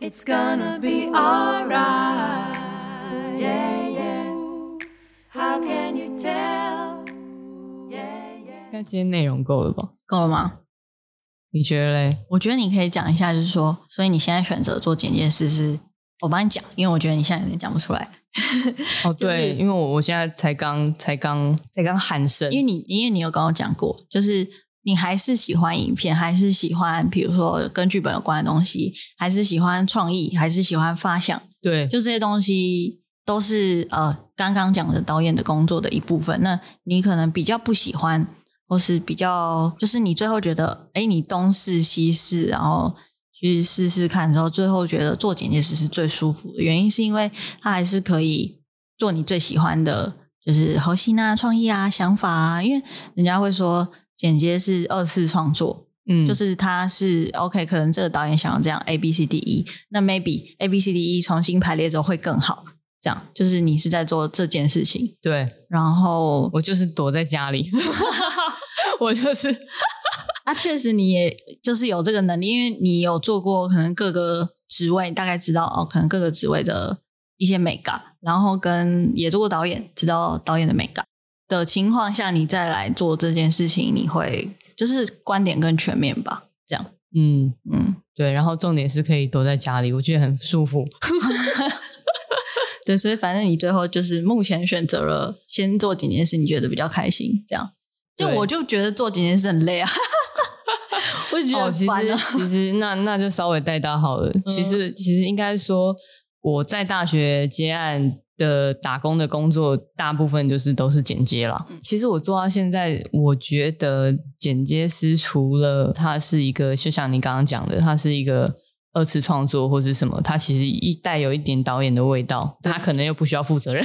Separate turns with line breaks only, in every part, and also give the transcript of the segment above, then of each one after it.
It's gonna be alright. Yeah, yeah. How can you tell? Yeah, yeah.
那今天内容够了吧？
够了吗？
你觉得嘞？
我觉得你可以讲一下，就是说，所以你现在选择做简介师是，我帮你讲，因为我觉得你现在有点讲不出来，
哦，
就是
对，因为我我现在才刚才刚才刚喊声
因，为你因为你有跟我讲过，就是你还是喜欢影片，还是喜欢比如说跟剧本有关的东西，还是喜欢创意，还是喜欢发想，
对，
就这些东西都是呃刚刚讲的导演的工作的一部分。那你可能比较不喜欢，或是比较就是你最后觉得，哎，你东试西试，然后去试试看之后，最后觉得做剪接师是最舒服的原因，是因为它还是可以做你最喜欢的，就是核心啊、创意啊、想法啊。因为人家会说剪接是二次创作，
嗯，
就是他是 OK，可能这个导演想要这样 A B C D E，那 maybe A B C D E 重新排列之后会更好。这样就是你是在做这件事情，
对
然后
我就是躲在家 里，我就是
啊，确实你也就是有这个能力，因为你有做过可能各个职位，大概知道哦，可能各个职位的一些美感，然后跟也做过导演，知道导演的美感的情况下，你再来做这件事情，你会就是观点更全面吧？这样，
嗯，
嗯，
对，然后重点是可以躲在家里，我觉得很舒服。
对，所以反正你最后就是目前选择了先做几件事，你觉得比较开心，这样。就
对
我就觉得做几件事很累啊， 我就觉得
哦，
很
其
烦
实
啊。 嗯
其实那那就稍微带到好了。其实其实应该说，我在大学接案的打工的工作，大部分就是都是剪接啦。
嗯
其实我做到现在，我觉得剪接师除了他是一个，就像你刚刚讲的，他是一个。二次创作或是什么，他其实一带有一点导演的味道，他可能又不需要负责任，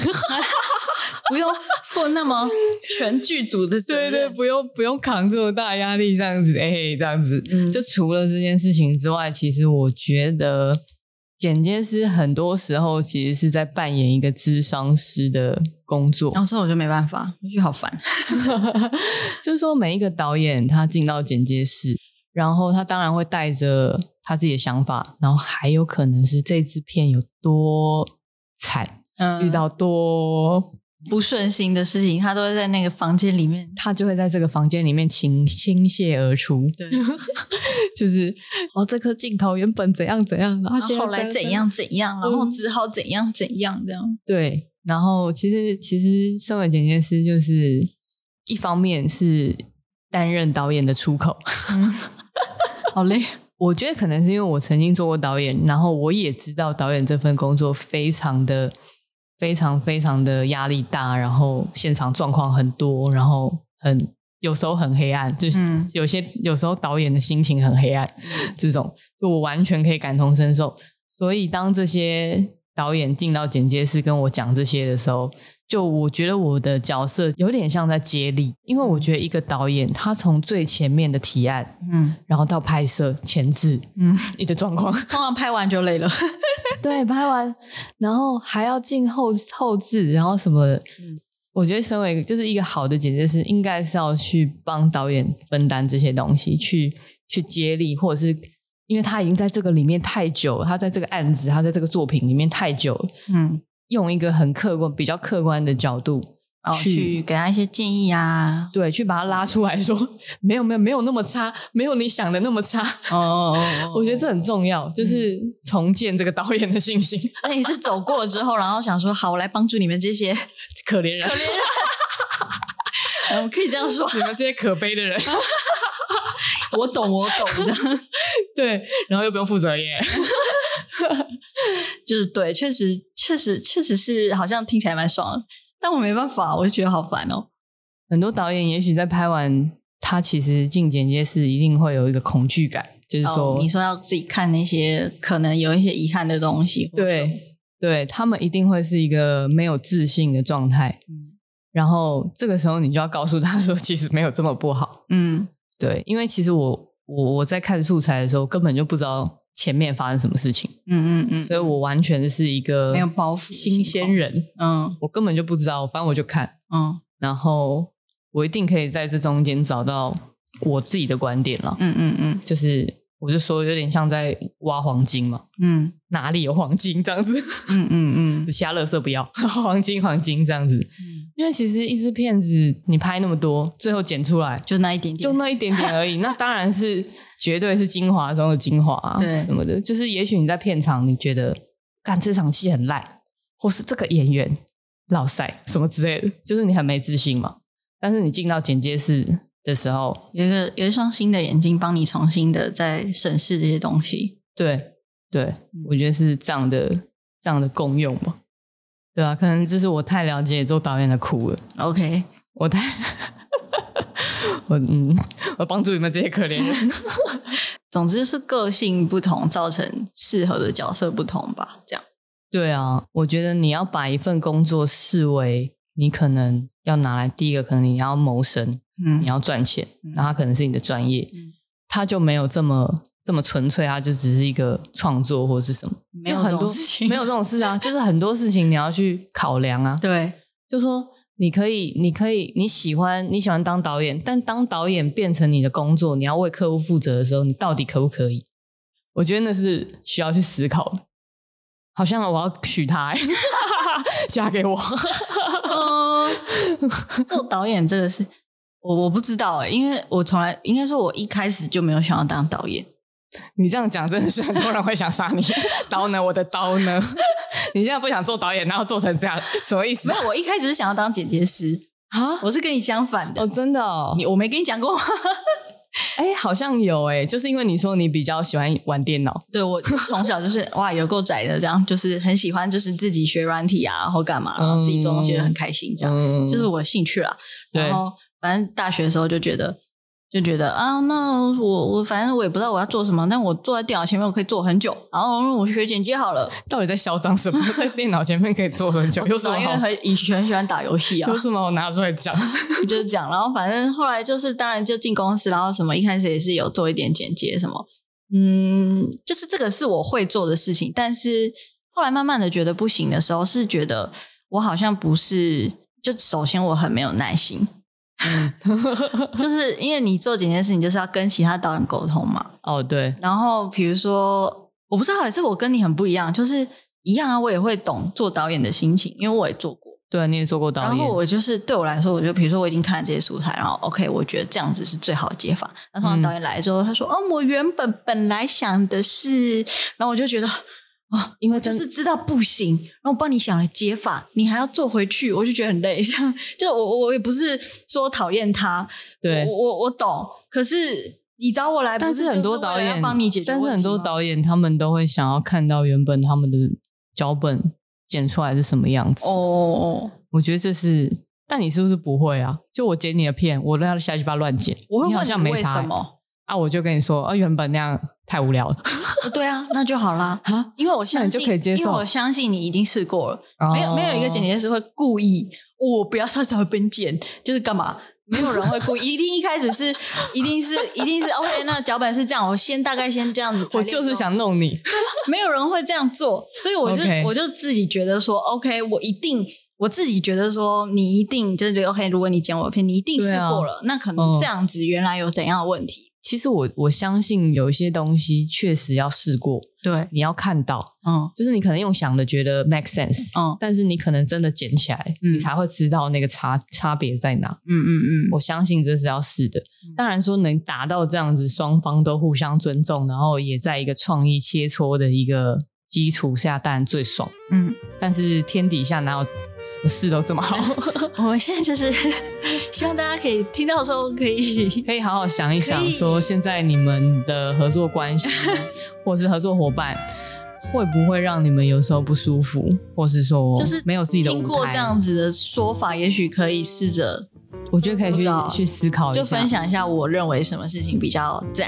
不用负那么全剧组的责
对
任。
对，不用不用扛这么大压力，这样子，哎、这样子。
嗯
就除了这件事情之外，其实我觉得剪接师很多时候其实是在扮演一个智商师的工作。
然后所以我就没办法，我就好烦。
就是说，每一个导演他进到剪接室，然后他当然会带着他自己的想法，然后还有可能是这支片有多惨，
嗯，
遇到多
不顺心的事情，他都会在那个房间里面。
他就会在这个房间里面倾倾泻而出。
对，
就是哦，这颗镜头原本怎样怎样，然后
然后
现在
后来怎样怎样，然后只好怎样怎样这样。
对，然后其实其实身为剪接师，就是一方面是担任导演的出口，
嗯，好 累。
我觉得可能是因为我曾经做过导演，然后我也知道导演这份工作非常的、非常、非常的压力大，然后现场状况很多，然后很有时候很黑暗，就是
嗯
有些、有时候导演的心情很黑暗，这种就我完全可以感同身受。所以当这些导演进到剪接室跟我讲这些的时候，就我觉得我的角色有点像在接力，因为我觉得一个导演他从最前面的提案。
嗯
然后到拍摄、前置
嗯，
一堆状况，
通常拍完就累了。
对，拍完然后还要进后后置，然后什么的。
嗯
我觉得身为就是一个好的剪接师，应该是要去帮导演分担这些东西，去去接力，或者是因为他已经在这个里面太久了，他在这个案子，他在这个作品里面太久了，
嗯，
用一个很客观、比较客观的角度。
然后哦去给他一些建议啊。
对，去把它拉出来说，没有没有没有那么差，没有你想的那么差。
哦，
我觉得这很重要，就是重建这个导演的信心。
而且是走过了之后，然后想说好，我来帮助你们这 些，
可怜人，
嗯我可以这样说，
你们这些可悲的人，
我懂，我懂 的，
对，然后又不用负责耶。
就是对，确实，确实，确实是好像听起来蛮爽的，但我没办法，我就觉得好烦哦。
很多导演也许在拍完，他其实进剪接室一定会有一个恐惧感，就是说，
哦你说要自己看那些可能有一些遗憾的东西，或者说，
对对，他们一定会是一个没有自信的状态。
嗯
然后这个时候你就要告诉他说，其实没有这么不好。
嗯
对，因为其实我我我在看素材的时候，根本就不知道前面发生什么事情，
嗯嗯嗯，
所以我完全是一个
没有包袱的
新
情
鲜
况
人。
嗯
我根本就不知道，反正我就看，
嗯
然后我一定可以在这中间找到我自己的观点了。
嗯嗯嗯，
就是我就说有点像在挖黄金嘛，
嗯
哪里有黄金这样子，
嗯嗯嗯
其他垃圾不要， 黄金黄金这样子。
嗯，
因为其实一支片子你拍那么多，最后剪出来
就那一点点，
就那一点点而已，那当然是绝对是精华中的精华、啊，
对
什么的。就是也许你在片场你觉得，干这场戏很烂，或是这个演员老塞什么之类的，就是你很没自信嘛。但是你进到剪接室的时候，
有一个有一双新的眼睛帮你重新的再审视这些东西。
对对，我觉得是这样的这样的共用吧。对啊，可能这是我太了解周导演的苦了。
OK，
我太， 我嗯，我帮助你们这些可怜人。
总之是个性不同造成适合的角色不同吧，这样。
对啊，我觉得你要把一份工作视为你可能要拿来第一个，可能你要谋生，
嗯
你要赚钱，
嗯
然后它可能是你的专业
嗯，
它就没有这么这么纯粹，它就只是一个创作或是什么，
没有
很
这
多
种事情，
没有这种事啊，就是很多事情你要去考量啊。
对，
就说你可以，你可以，你喜欢你喜欢当导演，但当导演变成你的工作，你要为客户负责的时候，你到底可不可以？我觉得那是需要去思考的。好像我要娶她、欸， 嫁给我。 哦
做导演这个是我我不知道哎、因为我从来应该说，我一开始就没有想要当导演。
你这样讲，真的是很多人会想杀你。刀呢？我的刀呢？ 你现在不想做导演，然后做成这样，什么意思
没有，我一开始是想要当剪接师，
啊？
我是跟你相反的。
哦，真的哦，
你我没跟你讲过吗？
哎、好像有哎、就是因为你说你比较喜欢玩电脑，
对我从小就是哇，有够宅的，这样就是很喜欢，就是自己学软体啊，然后干嘛，然后自己做东西就很开心，这样、
嗯，
就是我的兴趣啊啦。
对
然后反正大学的时候就觉得，就觉得啊，那我我反正我也不知道我要做什么，但我坐在电脑前面我可以坐很久，然后我学剪接好了。
到底在嚣张什么？ 在电脑前面可以坐很 久，有什么
因为
好？
很以前很喜欢打游戏啊
有，什么好拿出来讲？
就是这样。然后反正后来就是，当然就进公司，然后什么一开始也是有做一点剪接什么，嗯，就是这个是我会做的事情。但是后来慢慢的觉得不行的时候，是觉得我好像不是，就首先我很没有耐心，嗯就是因为你做剪接事，你就是要跟其他导演沟通嘛，
哦，对，
然后比如说，我不知道，欸这我跟你很不一样，就是一样啊，我也会懂做导演的心情，因为我也做过。
对，你也做过导
然
演
后，我就是对我来说，我就比如说我已经看了这些素材，然后 OK，我觉得这样子是最好的解法。那通常
嗯
导演来之后，他说：“哦，我原本本来想的是……”然后我就觉得哦，
因为
就
真
是知道不行，然后我帮你想了解法，你还要做回去，我就觉得很累。这 样，就我我也不是说讨厌他，
对
我，我我懂，可是。你找我来，
但
不是
是很多
就是为
导
了要
演
帮你解决
但是
问
很
题
多
吗
导演他们都会想要看到原本他们的脚本剪出来是什么样子。
哦，
我觉得这是，但你是不是不会啊？就我剪你的片，我让他下去把它乱剪，
我会
你好
问
像
你
没
为
差
什么？
啊？我就跟你说，啊，原本那样太无聊了
哦对啊，那就好啦。
啊。
因为我相
那
信，
你就可以接受
因为我相信你已经试过了，没有没有一个剪
哦
辑师会故意，我不要他找本剪，就是干嘛？没有人会 故意，一定一开始是，一定是，一定是 OK。那脚本是这样，我先大概先这样子排
我
列之后。
就是想弄你，
没有人会这样做，所以我就
OK
我就自己觉得说，OK，我一定，我自己觉得说，你一定就是觉得 OK，如果你剪我的片，你一定试
对啊
过了，那可
嗯
能这样子原来有怎样的问题？
其实我我相信有一些东西确实要试过，
对，
你要看到，
嗯
就是你可能用想的觉得 make sense，、
嗯
但是你可能真的捡起来，
嗯
你才会知道那个差差别在哪。
嗯嗯嗯，
我相信这是要试的
嗯。
当然说能达到这样子，双方都互相尊重，然后也在一个创意切磋的一个基础下，当然最爽。
嗯，
但是天底下哪有什么事都这么好？
我们现在就是 希望大家可以听到的时候可以，
可以好好想一
可
想，
以
说现在你们的合作关 系或是合作伙伴，会不会让你们有时候不舒服，或是说
就是
没有自己的
听
舞
过
台
这？样子的说法，也许可以试着
我觉得可以
不
去
知道
去思考一下，
就分享一下我认为什么事情比较赞，